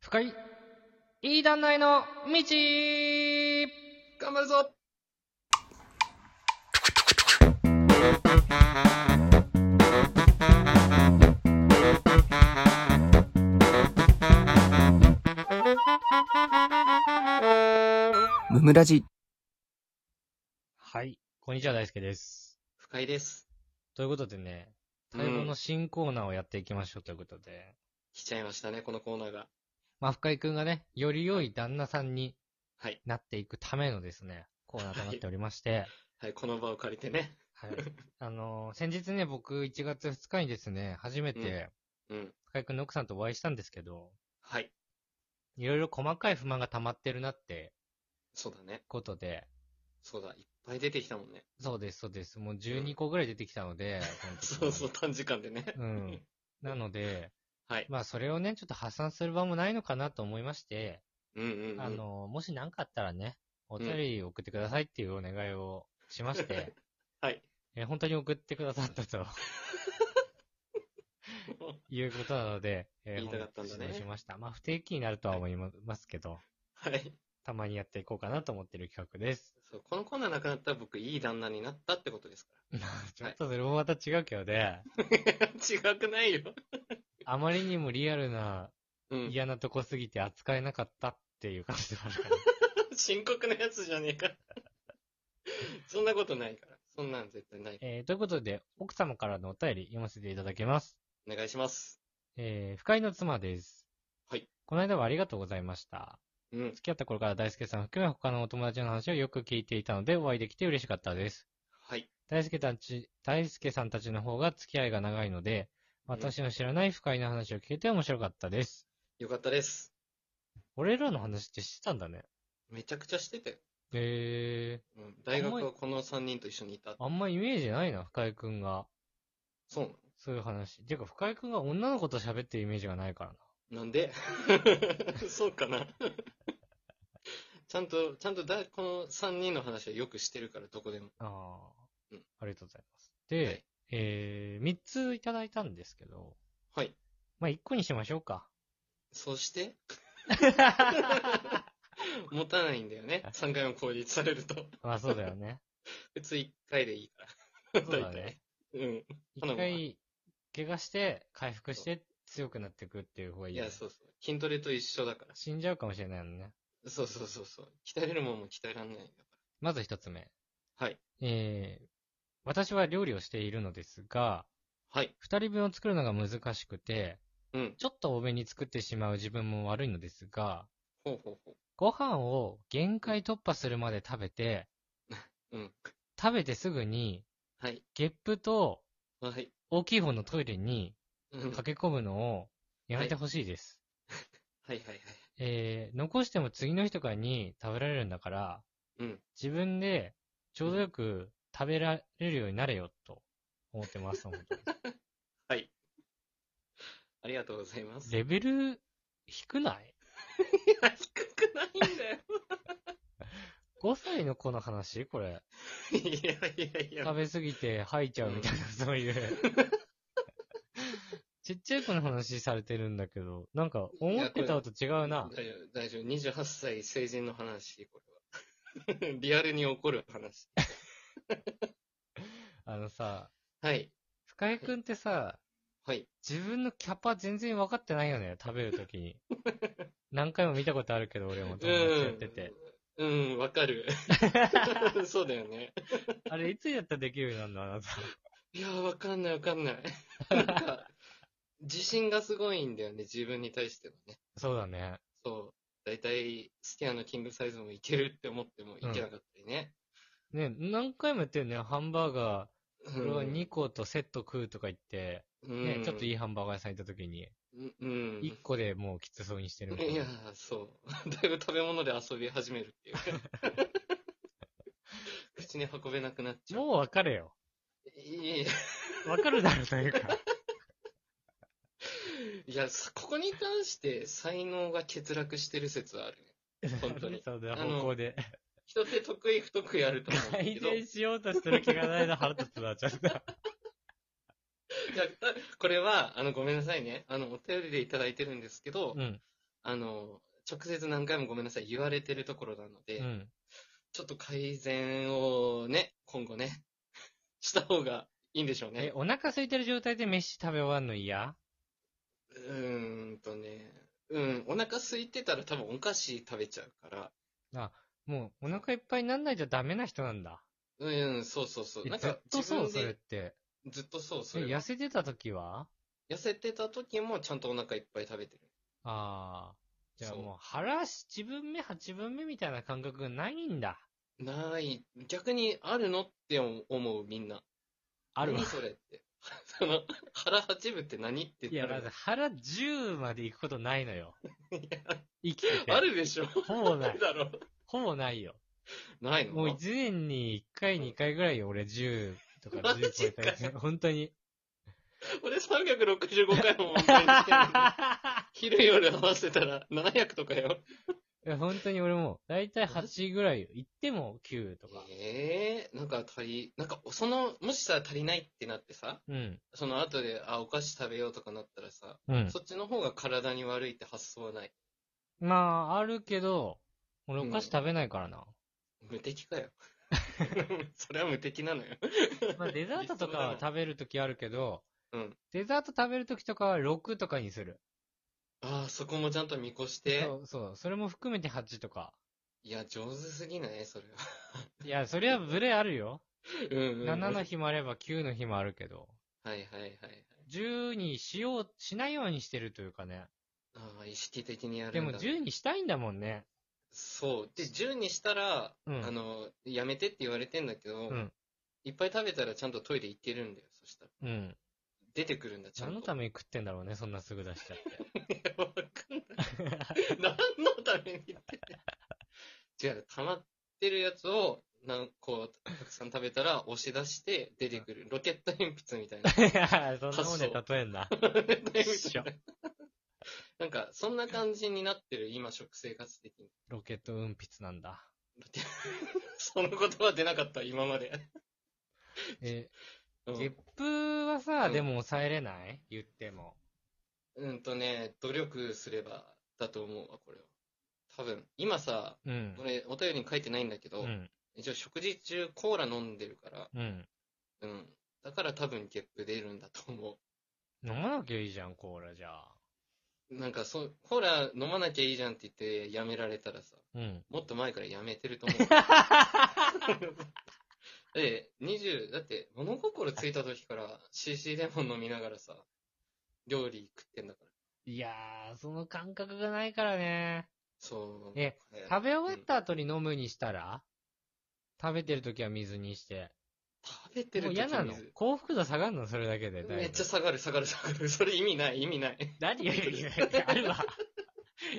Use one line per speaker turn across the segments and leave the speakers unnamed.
深い、いい団内の道
頑張るぞ
ムムラジ。
はい、こんにちは、大輔です。
深井です。
ということでね、待望の新コーナーをやっていきましょうということで、
来ちゃいましたね、このコーナーが。
まあ、深井くんがね、より良い旦那さんに
はい
なっていくためのですね、コーナーとなっておりまして、
はい、この場を借りてね。
はい。あのー先日ね、僕、1月2日にですね、初めて、
うん。
深井くんの奥さんとお会いしたんですけど、
はい。
いろいろ細かい不満が溜まってるなって
そうだね。
ことで、
そうだ。いっぱい出てきたもんね。
そうです、そうです。もう12個ぐらい出てきたの で、その
そう
時
そう、短時間でね。
うん。なので、
はい。
まあそれをね、ちょっと破産する場もないのかなと思いまして、
うんうん、うん。
あの、もし何かあったらね、お便り送ってくださいっていうお願いをしまして、
はい。
え本当に送ってくださった ということなので、え
言いたかったんだね
本日しました。まあ不定期になるとは思いますけど、
はい。
たまにやっていこうかなと思ってる企画です。
そう、このコーナーなくなったら僕、いい旦那になったってことですか
ちょっとそれもまた違うけどね、
ら。違 くないよ。
あまりにもリアルな
うん。
嫌なとこすぎて扱えなかったっていう感じではある から。
深刻なやつじゃねえから。そんなことないから。そんなん絶対ない。
えーということで、奥様からのお便り読ませていただきます。
お願いします。
えー、深井の妻です。
はい。
この間はありがとうございました。
うん。
付き合った頃から大輔さん含め他のお友達の話をよく聞いていたのでお会いできて嬉しかったです。
はい。
大輔たち、大輔さんたちの方が付き合いが長いので、私の知らない深井の話を聞けて面白かったです。
よかったです。
俺らの話って知ってたんだね。
めちゃくちゃしてたよ。
え
うん。大学はこの3人と一緒にいた。
ー、あんまイメージないな、深井くんが。
そうなの
そういう話。てか、深井くんが女の子と喋ってるイメージがないからな。
なんで そうかな ちゃんと、ちゃんとだ、この3人の話はよくしてるから、どこでも。
ああ、
うん
ありがとうございます。で、
はい
えー、3ついただいたんですけど、
はい。
まあ、1個にしましょうか。
そ して、持たないんだよね。3回も攻撃されると。
まあ、そうだよね。
普通1回でいいから。
そう
大
だ
体。
ね
うん。
1回、怪我して、回復して、強くなっていくっていう方がいい
い
よね、
や、そうそう。筋トレと一緒だから。
死んじゃうかもしれないのね。
そうそうそうそう。鍛えるもんも鍛えらんないんだか
まず1つ目。
ら。はい。
えー、私は料理をしているのですが、
はい。
2人分を作るのが難しくて、
うん。
ちょっと多めに作ってしまう自分も悪いのですが、
ほうほうほ
ご飯を限界突破するまで食べて、
う。うん。
食べてすぐに、
はい。
ゲップと
はい。
大きい方のトイレに
うんはい
駆け込むのをやめてほしいです。
はいはい。
えー、残しても次の日とかに食べられるんだから、
うん。
自分でちょうどよく食べられるようになれよ、と思ってます。本当に
はい。ありがとうございます。
レベル低ない
いや、低くないんだよ。
?5 歳の子の話これ。
いやいやいや。
食べ過ぎて吐いちゃうみたいな、そう いう。ちっちゃい子の話されてるんだけど、なんか思ってたのと違うな。
大丈夫、大丈夫。28歳成人の話、これは。リアルに起こる話。
あのさ、
はい。
深井くんってさ、
はい。
自分のキャパ全然分かってないよね、食べるとき に。何回も見たことあるけど、俺も友達やってて。
うん。うん、わ かる。そうだよね。
あれ、いつやったらできるようになるのあなた。
いや、わかんないわかんない。なんか、自信がすごいんだよね、自分に対してはね。
そうだね。
そう。大体、スティアのキングサイズもいけるって思ってもいけなかったりね。
ね、何回もやってるね、ハンバーガー、これは
うん
2個とセット食うとか言って、ね、ちょっといいハンバーガー屋さん行ったときに、
うん。うん。
1個でもうきつそうにしてるみたい
いや
な
ー。、そう。だ いぶ食べ物で遊び始めるっていう。 口に運べなくなっちゃう。
もう分かれよ。
いい
分かるだろ、というか。
いや、さここに関して才能が欠落してる説はあるね。本当 に
そんな方向で。
人って得意不得意あると思うんだけ
改
ど。い
善しようとしてる気がないな、腹立つな、ちょっと。
や、これは、あの、ごめんなさいね。あの、お便りでいただいてるんですけど、
うん。
あの、直接何回もごめんなさい、言われてるところなので、
うん。
ちょっと改善をね、今後ね、した方がいいんでしょう
え
ね、。
お腹空いてる状態で飯食べ終わんの嫌
うーんとね、うん、お腹空いてたら多分お菓子食べちゃうから、
もうお腹いっぱいになんないじゃダメな人なんだ。
うん、そうそうそう。
え
なん
ずっ
か、
とそう、
自
それっ
分で
て。
ずっとそう、そ
え
れは
痩せてた時は
痩せてた時もちゃんとお腹いっぱい食べてる。
ああ。じゃあ
そう
もう腹7分目、8分目みたいな感覚がないんだ。
ない。逆にあるのって思う、みんな。
あるわ
何。それって。 その、腹八分って何って
いや、
な
ま
る
ず腹10まで行くことないのよ。
いや
生きてて。
あるでしょ
ほぼな
ないい。だろう
ほぼないよ。
ないの
もう1年に1回、2回ぐらいよ、俺10とか
マジ
10超えたやつ。本当 に。
俺365回も 問題にしてるのに昼夜合わせたら700とかよ。
いや本当に俺も、だいたい8ぐらいよ。行っても9とか。
ええなんか足り、なんか、その、もしさ、足りないってなってさ、
うん。
その後で、あ、お菓子食べようとかなったらさ、
うん。
そっちの方が体に悪いって発想はない。
まあ、あるけど、俺お菓子食べないからな。
無敵 かよ。それは無敵なのよ。
まあ、デザートとかは食べるときあるけど、
うん
デザート食べるときとかは6とかにする。
ああ、そこもちゃんと見越して
そ。う、そう。それも含めて8とか。
いや、上手すぎないそれは。
いや、そりゃブレあるよ。
うん、うん。
7の日もあれば9の日もあるけど、
はいはいはいはい。
10にしよう、しないようにしてるというかね。
ああ、意識的にや
で
るん
も
だ。
10にしたいんだもんね。
そう。で、10にしたら、
うん
あの、やめてって言われてんだけど、
うん
いっぱい食べたらちゃんとトイレ行けるんだよ。そしたら。
うん。
出てくるんだ、ちゃ
何
ん
の
と。
ために食ってんだろうね、そんなすぐ出しちゃって。
いやわかんない。何のために 言ってる違う、溜まってるやつを、なんこう、たくさん食べたら押し出して出てくる。ロケット鉛筆みたい な。
いやそんなもんで例えんな。一緒
なんか、そんな感じになってる、今、食生活的に。
ロケット運筆なんだ。
その言葉出なかった、今まで。
え、
う
ゲッ
ん、
プはさ、
うん
でも抑えれない言っても。
うんとね、努力すればだと思うわ、これは。多分、今さ、
うん。
これ、お便りに書いてないんだけ
う
ど、
ん。
一応食事中コーラ飲んでるから、
うん。
うん。だから多分ゲップ出るんだと思
飲まなきゃいいじゃん、コーラじゃあ。
う。なんかそう、コーラ飲まなきゃいいじゃんって言ってやめられたらさ、
うん。
もっと前からやめてると 思う。で、20、だって物心ついた時から CC レモン飲みながらさ、料理食ってんだから。
いやー、その感覚がないからね。
そう。
え
これ、
食べ終わった後に飲むにしたら食べてる時は水にして。
食べてる
もう
時
嫌なの
水
幸福度下がるのそれだけで。だいぶ
めっちゃ下がる下がる下がる。それ意味ない意味ない。
何が意味ないってあるわ。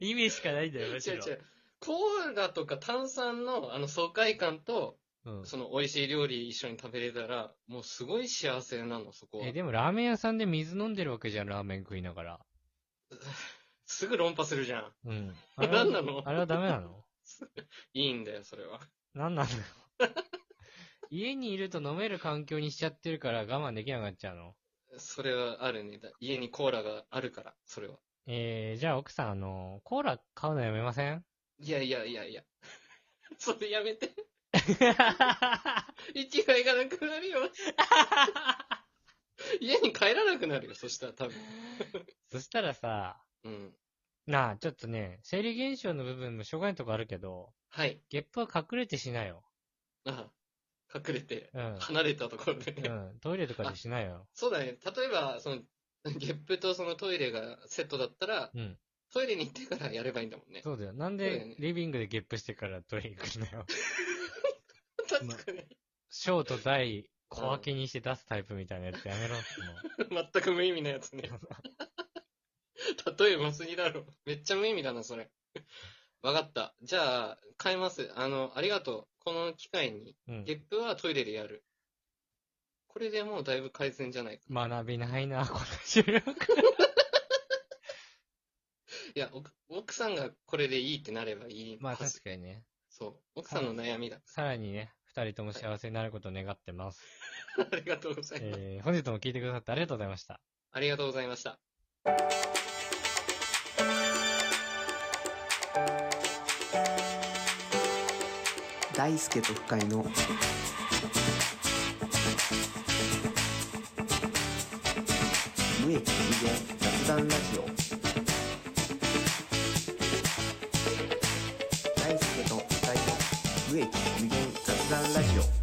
意味しかないんだよ、むし
違う
ろ。
違う。コーラとか炭酸のあの爽快感と、
うん。
その美味しい料理一緒に食べれたら、もうすごい幸せなの、そこは
え、。でもラーメン屋さんで水飲んでるわけじゃん、ラーメン食いながら。
すぐ論破するじゃん。
うん。あれは
何なの
あれはダメなの
いいんだよ、それは。
何なの家にいると飲める環境にしちゃってるから我慢できなくなっちゃうの。
それはあるね。だ家にコーラがあるから、それは。
えー、じゃあ奥さん、あの、コーラ買うのやめませ ん
いやいやいやい や。それやめて。生きがいがなくなるよ。 家に帰らなくなるよ、そしたら多分。
そしたらさ、
うん。
なあ、ちょっとね、生理現象の部分もしょうがないとこあるけど、
はい。
ゲップは隠れてしなよ。
ああ隠れて、
うん。
離れたところで。
うん。トイレとかでしなよ。
そうだね。例えば、その、ゲップとそのトイレがセットだったら、
うん。
トイレに行ってからやればいいんだもんね。
そうだよ。なん
そうだよ
で
ね、
リビングでゲップしてからトイレ行くんだよ。
確かに。
ショーと大、小分けにして出すタイプみたいなやつやめろってもう。
全く無意味なやつね。例えますぎだろ。めっちゃ無意味だな、それ。わかった。じゃあ、変えます。あの、ありがとう。この機会に、
うん
ゲ。ップはトイレでやる。これでもうだいぶ改善じゃないか。
学びないな、この収録。
いや、奥奥さんがこれでいいってなればいい。
まあ
はず
確かにね。
そう。奥さんの悩みだ。
さらにね、二人とも幸せになることを願ってます。
ありがとうございます。
えー、本日も聞いてくださってありがとうございました。
ありがとうございました。
大輔と深井の無益無用雑談ラジオ大輔と深井の無益無用雑談ラジオ